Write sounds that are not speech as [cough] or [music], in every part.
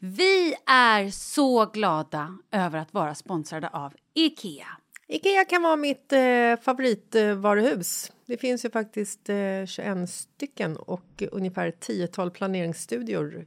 Vi är så glada över att vara sponsrade av Ikea. Ikea kan vara mitt eh, favoritvaruhus. det finns ju faktiskt eh, 21 stycken och ungefär 10-tal planeringsstudior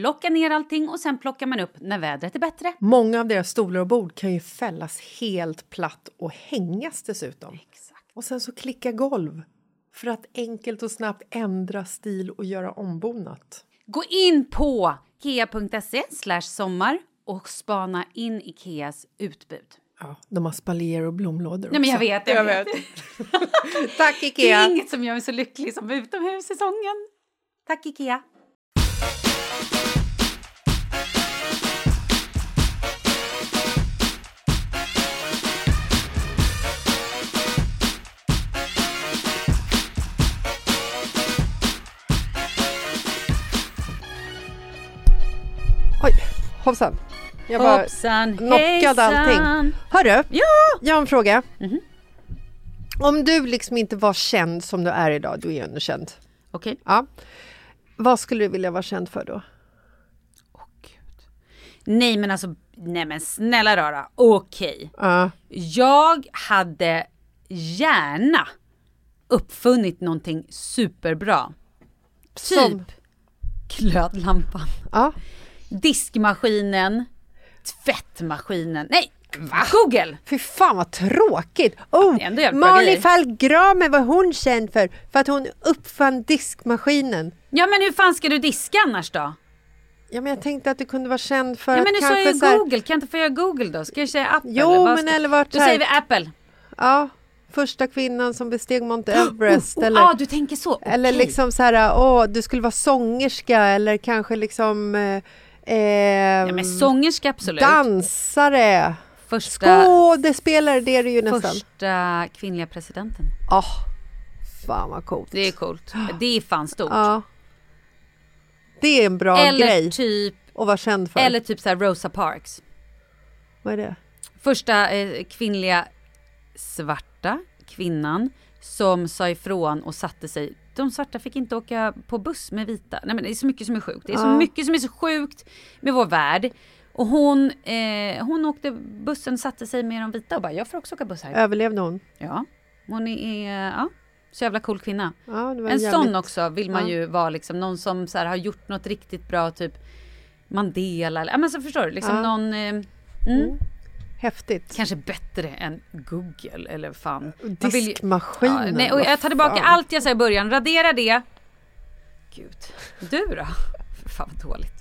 plocka ner allting och sen plockar man upp när vädret är bättre. Många av deras stolar och bord kan ju fällas helt platt och hängas dessutom. Exakt. Och sen så klicka golv för att enkelt och snabbt ändra stil och göra ombonat. Gå in på kea.se sommar och spana in Ikeas utbud. Ja, de har spaljer och blomlådor Nej men jag också. vet, jag, vet. [laughs] Tack Det är Ikea! inget som gör mig så lycklig som utomhussäsongen. Tack Ikea. Oj, hoppsan. Jag bara Hoppsan knockad allting. Hörru, Ja! Mhm. jag har en fråga. Om du liksom inte var känd som du är idag, du är ju ändå känd. Okej. Ja. Vad skulle du vilja vara känd för då? Nej men alltså, nej men snälla rara, okej. Ja. Jag hade gärna uppfunnit någonting superbra. Som? Typ glödlampan, Ja. diskmaskinen, tvättmaskinen. Nej, va? Google! Fy fan vad tråkigt! Oh, Det är ändå jävligt bra Malin grejer. Falkgramer var hon känd för, för att hon uppfann diskmaskinen. Ja men hur fan ska du diska annars då? Ja, men jag tänkte att du kunde vara känd för Ja att men nu sa kanske jag ju så här, Google, kan jag inte få göra Google då? Ska jag säga Apple? Jo, vad men ska- eller vart Då här- säger vi Apple. Ja, första kvinnan som besteg Mount [gasps] Everest. Oh, eller... ah, du tänker så? Eller Okej. liksom så här, åh, du skulle vara sångerska eller kanske liksom eh, eh, Nej men sångerska absolut. dansare, första, skådespelare, det är du ju nästan. första kvinnliga presidenten. Åh, fan vad coolt. Ah. Det är [gasps] coolt. Det är fan stort. Ja. Det är en bra eller grej typ, att vara känd för. eller typ så här Rosa Parks. Vad är det? Första eh, kvinnliga svarta kvinnan som sa ifrån och satte sig. De svarta fick inte åka på buss med vita. Nej men det är så mycket som är sjukt. Det är så mycket som är så sjukt med vår värld. Och hon, eh, hon åkte bussen, satte sig med de vita och bara jag får också åka buss här. Överlevde hon? Ja, hon är, ja. Så jävla cool kvinna. Ja, det var en jävligt- sån också vill man Ja. ju vara liksom. Någon som så här, har gjort något riktigt bra, typ Mandela eller, ja men så förstår du, liksom Ja. någon, eh, mm, Häftigt. kanske bättre än Google eller fan. Man vill ju- Diskmaskinen. Ja, nej, och vad jag tar tillbaka fan. allt jag sa i början. Radera det. Gud. Du då? [laughs] Fan vad dåligt.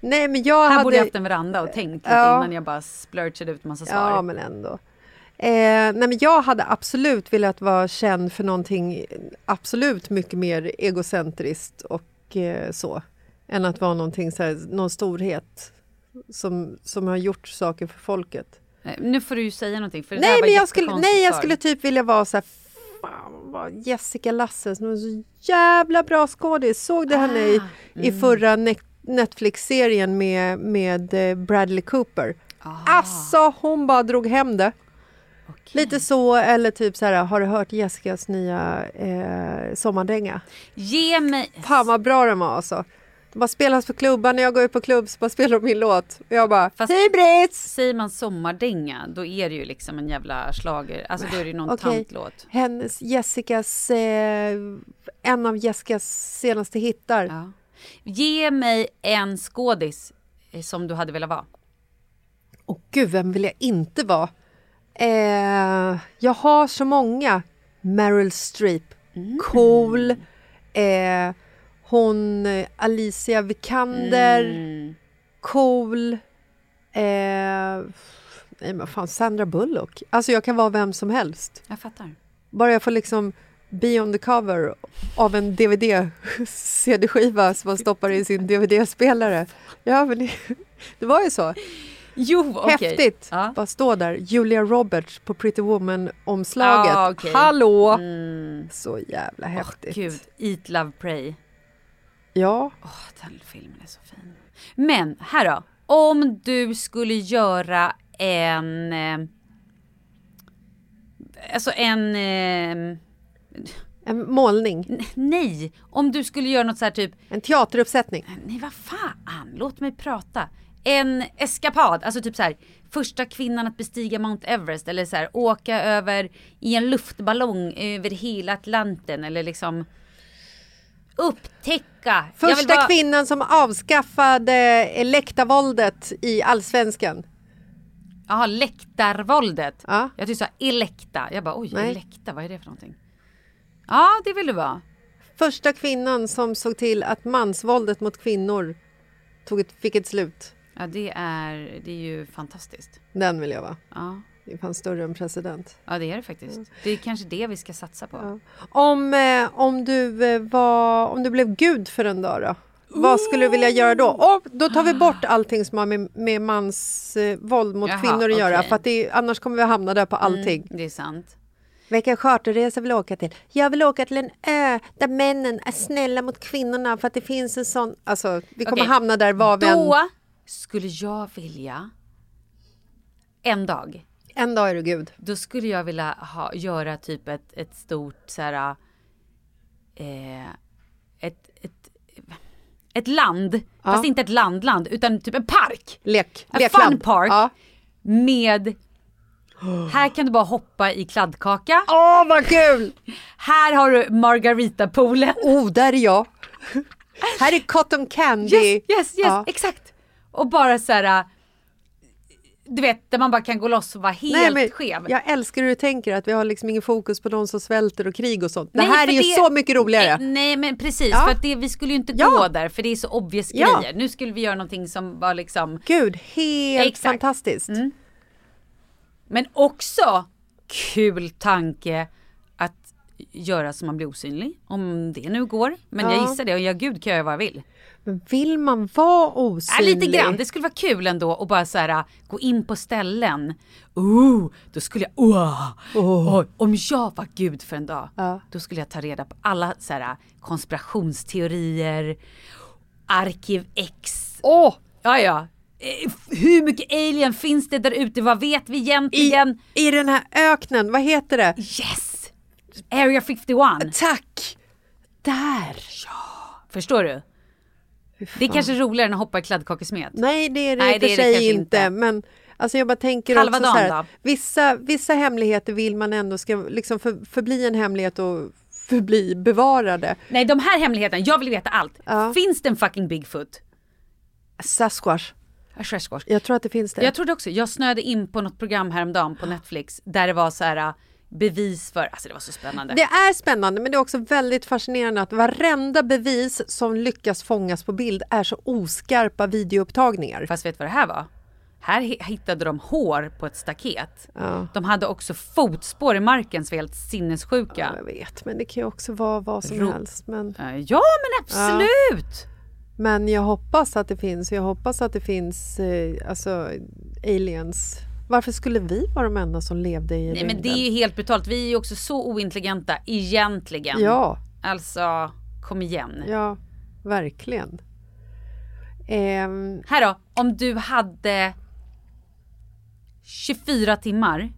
Nej, men jag Här hade... borde jag haft en veranda och tänkt lite Ja. innan jag bara splurchade ut massa svar. Ja, men ändå. Eh, nej, men jag hade absolut velat vara känd för någonting absolut mycket mer egocentriskt och eh, så, än att vara någonting så här, någon storhet som, som har gjort saker för folket. Nej, Eh, Nu får du ju säga någonting för det där Nej, var men jag skulle, jättekonstigt nej, jag svar. skulle typ vilja vara så här, fan vad Jessica Lasses, hon är så jävla bra skådis. Såg du henne i, Ah, i mm. förra ne- Netflix-serien med, med eh, Bradley Cooper? Ah. Alltså, hon bara drog hem det. Lite så, eller typ så här, har du hört Jessicas nya eh, sommardänga? Ge mig... Fan vad bra den var alltså. Det bara spelas på klubbar, när jag går ut på klubb så bara spelar de min låt. Och jag bara, Fast- hej Brits! Säger man sommardänga, då är det ju liksom en jävla slager. Alltså då är det ju någon Okej. tantlåt. Hennes, Jessicas, eh, en av Jessicas senaste hittar. Ja. Ge mig en skådis eh, som du hade velat vara. Och gud, vem vill jag inte vara? Eh, jag har så många. Meryl Streep, cool. Eh, hon eh, Alicia Vikander, cool. Eh, nej men fan, Sandra Bullock. Alltså jag kan vara vem som helst. Jag fattar. Bara jag får liksom be on the cover av en [laughs] DVD-CD-skiva som man stoppar i sin DVD-spelare. Ja, men det, [laughs] det var ju så. Jo, okej. Häftigt! Ja. Bara stå där, Julia Roberts på Pretty Woman-omslaget. Ja, Ah, okej. Mm. Hallå! Så jävla häftigt. Gud, Eat, Love, Pray. ja, Åh, den filmen är så fin. Men här då. Om du skulle göra en... eh, Alltså en... eh, en målning, Nej, om du skulle göra något så här typ... en teateruppsättning. Nej, vad fan, låt mig prata. En eskapad, alltså typ så här första kvinnan att bestiga Mount Everest eller så här åka över i en luftballong över hela Atlanten eller liksom upptäcka. Jag vill Första bara- kvinnan som avskaffade eh, läktarvåldet i Allsvenskan. Jaha, läktarvåldet. Ja. Jag tyckte du sa elekta. Jag bara oj, Nej. elekta, vad är det för någonting? Ja, det vill du vara. Första kvinnan som såg till att mansvåldet mot kvinnor tog ett, fick ett slut. Ja, det är, det är ju fantastiskt. Den vill jag vara. Ja, Det är fan större än president. ja det är det Mm. faktiskt. Det är kanske det vi ska satsa på. Om, eh, om, du, eh, var, om du blev gud för en dag då? Vad skulle du vilja göra då? Och då tar Ah. vi bort allting som har med, med mans eh, våld mot Jaha, kvinnor att göra. okej. Mm. För att det, är- annars kommer vi hamna där på allting. Det är sant. Vilken charterresa vill jag åka till? Jag vill åka till en ö där männen är snälla mot kvinnorna för att det finns en sån... Alltså, vi kommer Okej. hamna där var vi än... Då skulle jag vilja en dag. En dag är du gud. Då skulle jag vilja ha, göra typ ett, ett stort så här. Eh, ett, ett, ett land, fast inte ett landland utan typ en park. Lek. En lekland. fun park. Ja. Med här kan du bara hoppa i kladdkaka. Åh, vad kul! Här har du Margaritapoolen. Oh, där är jag. Här är cotton candy. Yes, yes, yes, Ja. exakt. Och bara så här. äh, Du vet, där man bara kan gå loss och vara helt skev. Jag älskar hur du tänker, att vi har liksom ingen fokus på de som svälter och krig och sånt. Det Nej, här för är ju det- så mycket roligare. Nej, nej, men precis. Ja. För att det, vi skulle ju inte Ja. gå där, för det är så obvious Ja. grejer. Nu skulle vi göra någonting som var liksom... Gud, helt Exakt. Mm. fantastiskt. Men också kul tanke att göra så man blir osynlig. Om det nu går. Men jag Ja. gissar det. Och ja, gud kan jag göra vad jag vill. Men vill man vara Ja, osynlig? Äh, lite grann. Det skulle vara kul ändå och bara så här äh, gå in på ställen. Ooh, då skulle jag, oh, Oj, om jag var gud för en dag, då skulle jag ta reda på alla så här äh, konspirationsteorier, Arkiv X. Åh, Ja, ja. Eh, f- Hur mycket alien finns det där ute? Vad vet vi i, egentligen? I den här öknen, vad heter det? Yes! Area 51. Tack! Där! Förstår du? Det är kanske roligare än att hoppa i kladdkakesmet. Nej, det är det Nej, i och det för är det sig kanske inte. inte. Men alltså jag bara tänker Halva också så dagen här, då? vissa, vissa hemligheter vill man ändå ska liksom för, förbli en hemlighet och förbli bevarade. Nej, de här hemligheterna, jag vill veta allt. Finns det en fucking Bigfoot? Sasquatch. Ashwashwash. Jag tror att det finns det. Jag trodde också, jag snöade in på något program häromdagen på Netflix där det var så här äh, bevis för, alltså det var så spännande. Det är spännande men det är också väldigt fascinerande att varenda bevis som lyckas fångas på bild är så oskarpa videoupptagningar. Fast vet du vad det här var? Här hi- hittade de hår på ett staket. De hade också fotspår i marken som var helt sinnessjuka. Jag vet, men det kan ju också vara vad som Ro- helst. Men, Eh, Ja men absolut! men jag hoppas att det finns, jag hoppas att det finns eh, alltså, aliens. Varför skulle vi vara de enda som levde i Nej men rymden? det är ju helt brutalt, vi är ju också så ointelligenta egentligen. Ja, Alltså, kom igen. ja, verkligen. Ehm, Här då, om du hade 24 timmar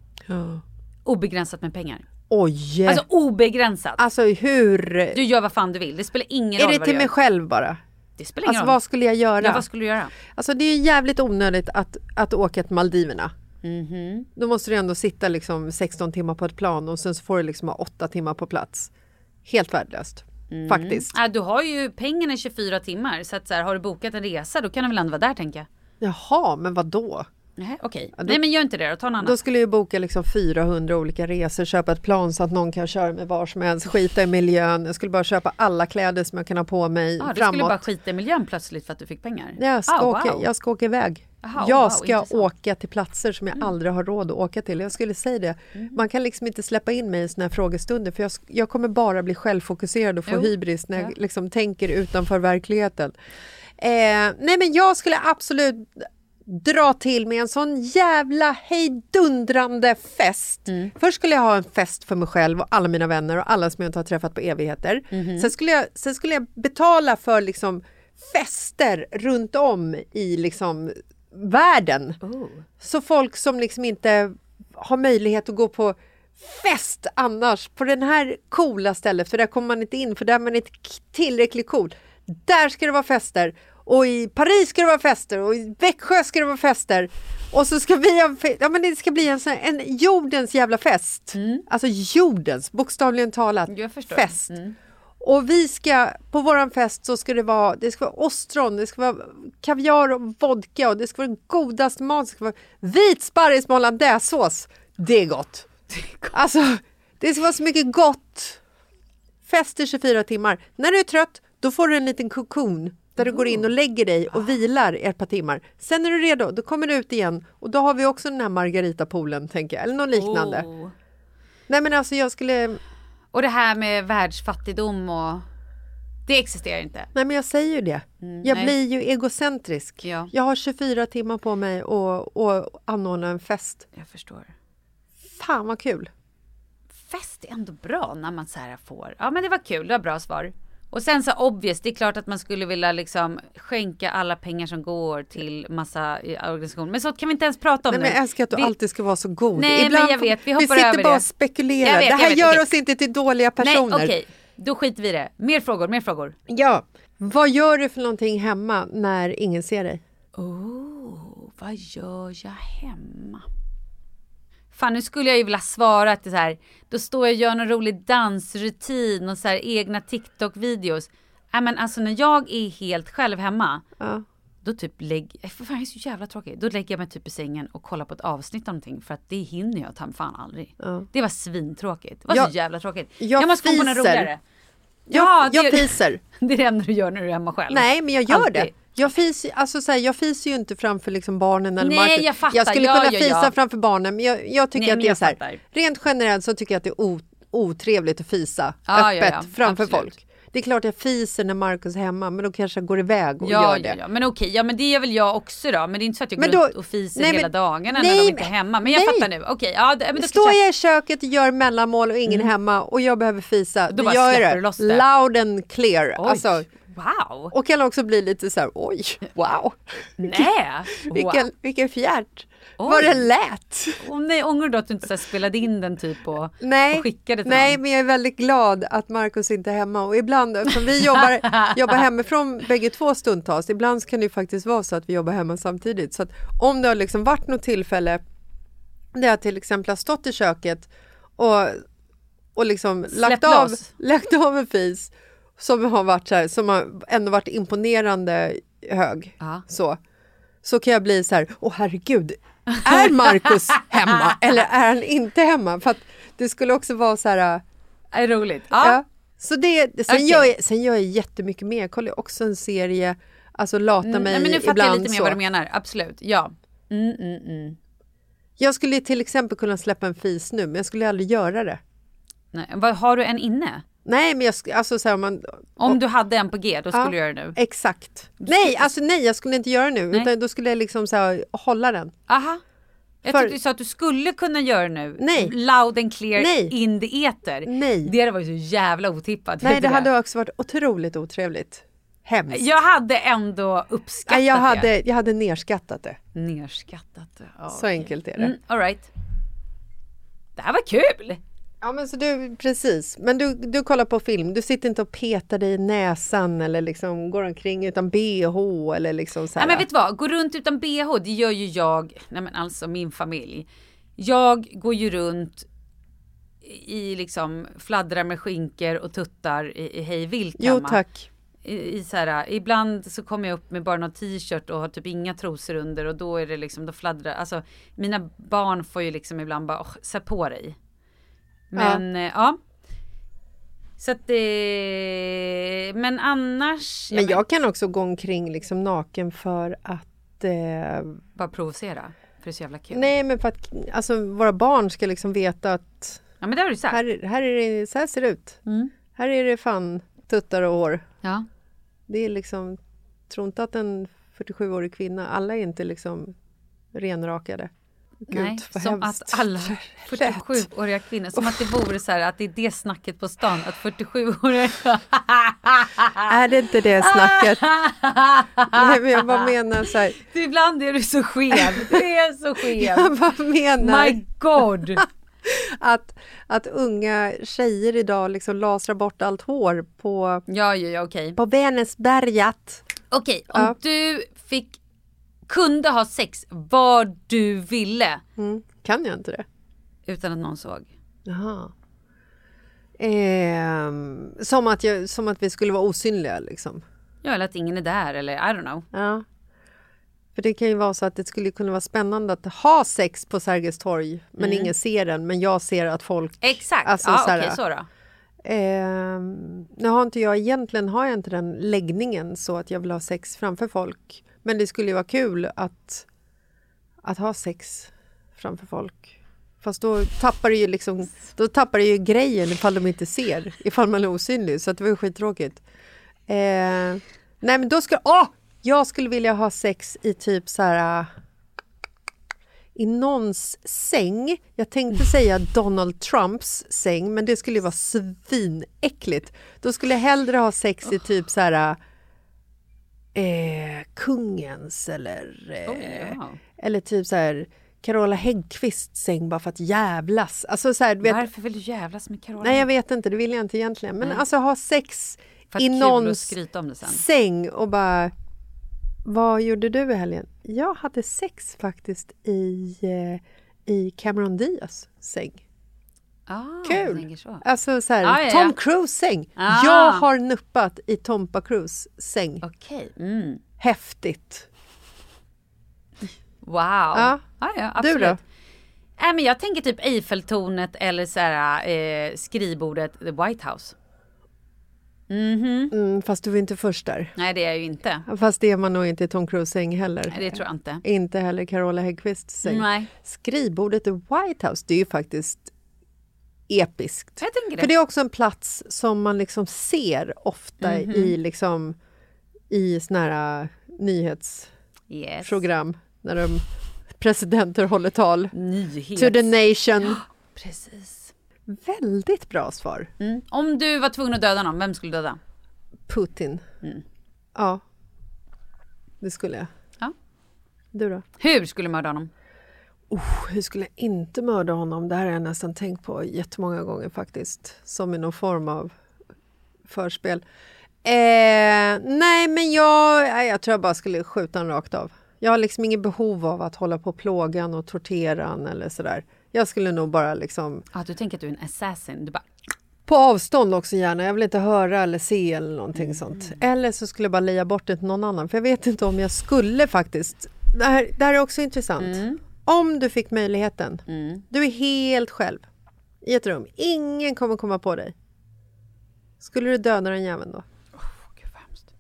obegränsat med pengar. oj! Alltså Alltså, obegränsat. hur... Du gör vad fan du vill. Det spelar ingen är roll det vad till du mig gör. själv bara? Det spelar ingen Alltså roll. vad skulle jag göra? ja, vad skulle du göra? Alltså det är ju jävligt onödigt att, att åka till Maldiverna. Mhm. Då måste du ändå sitta liksom 16 timmar på ett plan och sen så får du liksom ha 8 timmar på plats. Helt värdelöst. Mm. Faktiskt. Ja, du har ju pengarna i 24 timmar. Så att så här, har du bokat en resa då kan du väl ändå vara där tänker jag. Jaha, men vad då? Nej, okej. Nej men gör inte det då, ta en annan. Då skulle jag ju boka liksom 400 olika resor, köpa ett plan så att någon kan köra mig var som helst, skita i miljön. Jag skulle bara köpa alla kläder som jag kan ha på mig ja, du skulle framåt. bara skita i miljön plötsligt för att du fick pengar. Nej, Jag ska, Ah, åka, wow. jag ska åka iväg. Aha, jag wow, ska intressant. Mm. åka till platser som jag aldrig har råd att åka till. Jag skulle säga det. Man kan liksom inte släppa in mig i såna här frågestunder för jag, sk- jag kommer bara bli självfokuserad och få Jo, hybris när jag ja. liksom tänker utanför verkligheten. Eh, nej men jag skulle absolut dra till med en sån jävla hejdundrande fest. Först skulle jag ha en fest för mig själv och alla mina vänner och alla som jag inte har träffat på evigheter. Sen, skulle jag, sen skulle jag betala för liksom fester runt om i liksom världen. Så folk som liksom inte har möjlighet att gå på fest annars på den här coola stället för där kommer man inte in för där är man inte k- tillräckligt cool. Där ska det vara fester och i Paris ska det vara fester och i Växjö ska det vara fester. Och så ska vi ha en fe- ja, men det ska bli en, sån här, en jordens jävla fest. Alltså jordens, bokstavligen talat, Mm. Jag förstår. Mm. fest. Och vi ska, på våran fest så ska det vara, det ska vara ostron, det ska vara kaviar och vodka och det ska vara den godaste maten. Det ska vara vit sparris med hollandaisesås. Det är gott. Alltså, det ska vara så mycket gott. Fest i 24 timmar. När du är trött, då får du en liten kokon där du går in och lägger dig och vilar i ett par timmar. Sen är du redo, då kommer du ut igen och då har vi också den här margaritapoolen, tänker jag, eller något liknande. Oh. Nej men alltså jag skulle, Och det här med världsfattigdom och... Det existerar inte. Nej, men jag säger ju det. jag Mm, nej. blir ju egocentrisk. Ja. Jag har 24 timmar på mig och, och anordna en fest. Jag förstår. Fan vad kul! fest är ändå bra när man så här får. Ja men det var kul, det var bra svar. Och sen så obvious, det är klart att man skulle vilja liksom skänka alla pengar som går till massa eh, organisationer. Men så kan vi inte ens prata om Nej, nu. men jag älskar att du Vi- alltid ska vara så god. Nej, men jag får- vet, vi vi hoppar sitter över bara det. och spekulerar. Jag vet, det här jag vet, gör okej. oss inte till dåliga personer. Nej okej, då skiter vi i det. Mer frågor, mer frågor. ja. Vad gör du för någonting hemma när ingen ser dig? Oh, vad gör jag hemma? Fan, nu skulle jag ju vilja svara att det är så här, då står jag och gör någon rolig dansrutin och så här egna TikTok-videos. Nej men alltså när jag är helt själv hemma, Ja. då typ lägg, Eh, för fan jag är så jävla tråkig. Då lägger jag mig typ i sängen och kollar på ett avsnitt av någonting för att det hinner jag ta mig fan aldrig. Det var svintråkigt. Det var Jag- så jävla tråkigt. jag Jag, måste komma på något fiser. roligare. Jag, det, jag fiser. [laughs] det är det enda du gör när du är hemma själv. Nej, men jag gör Alltid. det. Jag fiser, alltså så här, jag fiser ju inte framför liksom barnen eller Nej, Marcus. jag fattar. jag skulle Ja, kunna ja, fisa ja. framför barnen, men jag, jag tycker Nej, att men det är jag så här, fattar. rent generellt så tycker jag att det är o, otrevligt att fisa Ja, ja, öppet ja. framför Absolut. folk. Det är klart jag fiser när Marcus är hemma, men då kanske jag går iväg och Ja, gör det. ja, ja, men okej, ja men det gör väl jag också då. Men det är inte så att jag Men går då- runt och fiser nej, men- hela dagarna nej, när de inte är men- hemma. Men jag nej. fattar nu, okej. ja, det- men då Står kanske- jag i köket och gör mellanmål och ingen är hemma och jag behöver fisa, då, bara gör släpper jag du det. loss det. Loud and clear. Oj, Alltså, wow. och kan också bli lite så här, oj, wow, [laughs] Nej. vilken, Wow. vilken fjärt, Oj. vad det lät. Åh, nej, ångrar du att du inte så här spelade in den typ och, Nej, och skickade till nej någon? men jag är väldigt glad att Markus inte är hemma och ibland, eftersom [laughs] vi jobbar, jobbar hemifrån bägge två stundtals, ibland så kan det ju faktiskt vara så att vi jobbar hemma samtidigt. Så att om det har liksom varit något tillfälle där jag till exempel har stått i köket och och liksom Släppt lagt av, loss. [laughs] lagt av en fis som har varit så här, som har ändå varit imponerande hög. Ja. Så. så kan jag bli så här, åh herregud, [laughs] är Markus hemma eller är han inte hemma? För att det skulle också vara så här, Det är roligt. ja. Ja. Mm, Så det, sen, Okej. gör jag, sen gör jag jättemycket mer, jag kollar ju också en serie, alltså lata mig Mm, Nej, men nu fattar ibland. jag lite mer så. vad du menar. Absolut. Ja. Mm, mm, mm. Jag skulle till exempel kunna släppa en fis nu, men jag skulle aldrig göra det. Nej. Vad, har du en inne? Nej, men jag sk- alltså så här, om man... Om du hade en på G, då skulle du göra det nu. Exakt. Nej, alltså nej, jag skulle inte göra det nu, utan då skulle jag liksom så här, hålla den. Aha. Jag För- tyckte du sa att du skulle kunna göra det nu. Nej. Loud and clear Nej. in the eter. Nej. Det hade varit så jävla otippat. Nej, vet det du hade också varit otroligt otrevligt. Hemskt. Jag hade ändå uppskattat Nej, jag, det. hade, jag hade nerskattat det. Nerskattat det. Ja, Så okej. enkelt är det. Mm, all right. Det här var kul! Ja, men så du, precis. Men du, du kollar på film, du sitter inte och petar dig i näsan eller liksom går omkring utan bh eller liksom så här. Nej, men vet du vad, gå runt utan bh, det gör ju jag, nej men alltså min familj. Jag går ju runt i liksom fladdrar med skinker och tuttar i, i hej vilt jo hemma. tack. I, i så här, ibland så kommer jag upp med bara någon t-shirt och har typ inga trosor under och då är det liksom, då fladdrar, alltså mina barn får ju liksom ibland bara, "Åh, sätt på dig. Men ja. ja. Så att det, men annars, Men jag kan också gå omkring liksom naken för att eh, bara provocera. För det är så jävla kul. Nej, men för att alltså, våra barn ska liksom veta att Ja men det har du sagt. här, här, är det, så här ser det ut. Mm. Här är det fan tuttar och hår. Ja. Det är liksom, tro inte att en 47-årig kvinna, alla är inte liksom renrakade. Gud, Nej, vad som hemskt. att alla 47-åriga kvinnor, som att det vore så här att det är det snacket på stan, att 47-åriga... [laughs] Är det inte det snacket? Nej, men jag bara menar så här. Du, Ibland är du så skev, du är så skev. [laughs] Jag bara menar My God! att, att unga tjejer idag liksom lasrar bort allt hår på, [laughs] Ja, ja, ja, okej. på Vänersbergat. Okej, om Ja. du fick, kunde ha sex vad du ville Mm, kan jag inte det? utan att någon såg. Jaha. Ehm, som, att jag, som att vi skulle vara osynliga liksom. Ja, eller att ingen är där eller I don't know. Ja. För det kan ju vara så att det skulle kunna vara spännande att ha sex på Sergels torg men ingen ser den men jag ser att folk... Mm. Exakt, Alltså, ja, så okej här- så då. Ehm, nu har inte jag egentligen har jag inte den läggningen så att jag vill ha sex framför folk. Men det skulle ju vara kul att, att ha sex framför folk. Fast då tappar det ju liksom, då tappar det ju grejen ifall de inte ser, ifall man är osynlig. Så att det var ju skittråkigt. Ehm, nej men då ska, åh! Jag skulle vilja ha sex i typ så här äh, i någons säng. Jag tänkte säga Donald Trumps säng, men det skulle ju vara svinäckligt. Då skulle jag hellre ha sex i typ så här eh, kungens eller, eh, Oh, wow. eller typ så här Carola Häggkvists säng bara för att jävlas. Alltså så här, du vet, Varför vill du jävlas med Carola? nej jag vet inte, det vill jag inte egentligen. Men alltså ha sex För att i kul att någons skryta om det sen. säng och bara vad gjorde du i helgen? Jag hade sex faktiskt i, eh, i Cameron Diaz säng. Ah, Kul! du tänker så. Alltså så här, Ah, ja, ja. Tom Cruise säng. Ah. Jag har nuppat i Tompa Cruise säng. Okej. Mm. Häftigt. Wow. Ja. Ja. Ja, Du absolut. då? Nej, men jag tänker typ Eiffeltornet eller så här, eh, skrivbordet The White House. Mm, fast du var inte först där. Nej, det är jag ju inte. Fast det är man nog inte i Tom Cruise säng heller. Nej, det tror jag inte. Inte heller Carola Häggkvists säng. Nej. Skrivbordet i White House, det är ju faktiskt episkt. Jag tänker det. För det är också en plats som man liksom ser ofta Mhm. i, liksom, i såna här äh, nyhetsprogram Yes. när de presidenter håller tal. Nyhet. To the nation. Precis. Väldigt bra svar. Mm. Om du var tvungen att döda någon, vem skulle du döda? Putin. Mm. Ja, det skulle jag. Ja. Du då? Hur skulle du mörda honom? Hur skulle jag inte mörda honom? Det här har jag nästan tänkt på jättemånga gånger faktiskt. Som i någon form av förspel. Eh, nej, men jag, nej, jag tror jag bara skulle skjuta honom rakt av. Jag har liksom inget behov av att hålla på och plåga honom och tortera honom eller sådär. Jag skulle nog bara liksom... Ah, du tänker att du är en assassin. Du bara... På avstånd också gärna. Jag vill inte höra eller se eller någonting Mm, sånt. Eller så skulle jag bara leja bort det till någon annan. För jag vet inte om jag skulle faktiskt. Det här, det här är också intressant. Mm. Om du fick möjligheten. Du är helt själv. I ett rum. Ingen kommer komma på dig. Skulle du döda den jäveln då? Gud, vad hemskt.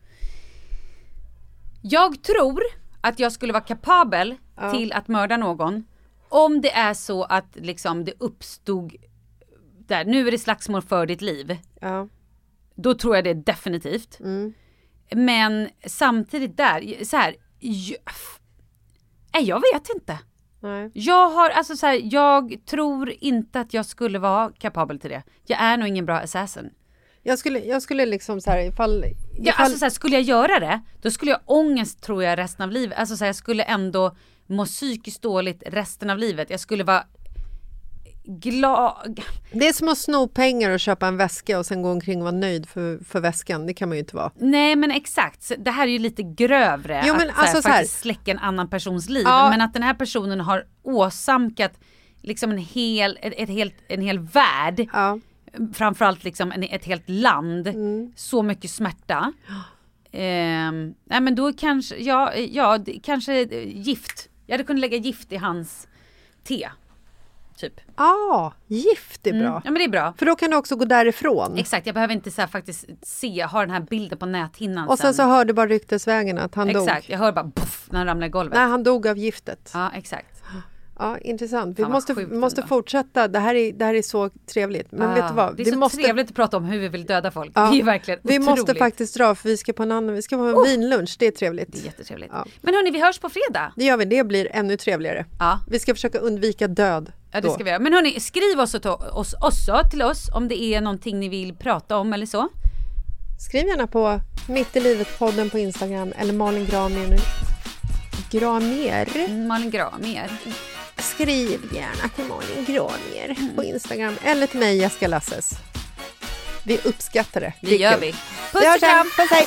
Jag tror att jag skulle vara kapabel till att mörda någon om det är så att liksom det uppstod där, nu är det slagsmål för ditt liv. Ja. Då tror jag det definitivt. Men samtidigt där, så här, jag, nej, jag vet inte. Nej. Jag har, alltså så här, jag tror inte att jag skulle vara kapabel till det. Jag är nog ingen bra assassin. Jag skulle, jag skulle liksom så här ifall... Ja, ifall alltså, så här, skulle jag göra det, då skulle jag ha ångest tror jag resten av livet. Alltså så här, jag skulle ändå må psykiskt dåligt resten av livet. Jag skulle vara glad. det är som att sno pengar och köpa en väska och sen gå omkring och vara nöjd för, för väskan. Det kan man ju inte vara. Nej men exakt, Så det här är ju lite grövre. Jo, men att alltså, så här, så här- faktiskt släcka en annan persons liv. Ja. Men att den här personen har åsamkat liksom en hel, ett, ett helt, en hel värld. Ja. Framförallt liksom en, ett helt land. Mm. Så mycket smärta. Ehm, nej men då kanske, ja, ja det- kanske eh, gift. Jag hade kunnat lägga gift i hans te. Typ. Mm. Ja, Ah, gift är bra. Ja men det är bra. För då kan du också gå därifrån. Exakt, jag behöver inte så här, faktiskt se, ha den här bilden på näthinnan Och sen så hörde bara ryktesvägen att han Exakt, dog. jag hör bara poff när han ramlar i golvet. Nej, han dog av giftet. Ja, Ja, exakt. intressant. Vi Fan, vad måste, sjukt måste ändå. fortsätta. Det här, är, det här är så trevligt. Men vet du Ah, vad? Det är vi så måste, trevligt att prata om hur vi vill döda folk. ja, det är verkligen Vi otroligt. Oh! måste faktiskt dra för vi ska på en annan, vi ska på en vinlunch. Det är trevligt. Det är jättetrevligt. Ja. Men hörni, vi hörs på fredag. Det gör vi. Det blir ännu trevligare. Ja. Vi ska försöka undvika död. Ja, det då. ska vi göra. Men hörni, skriv oss, åt oss också till oss om det är någonting ni vill prata om eller så. Skriv gärna på Mitt i livet-podden på Instagram eller Malin Gramer. Gramer. Mm, Malin Gramer. Skriv gärna till Malin Gramer Mm. på Instagram eller till mig, Jessica Lasses. Vi uppskattar det. Det är gör kul. vi. Puss Vi och hörs kram! sen. Puss, hej.